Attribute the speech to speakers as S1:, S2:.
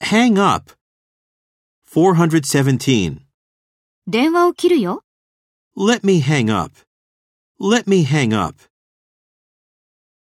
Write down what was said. S1: Hang up. 417.
S2: 電話を切るよ。
S1: Let me hang up. Let me hang up.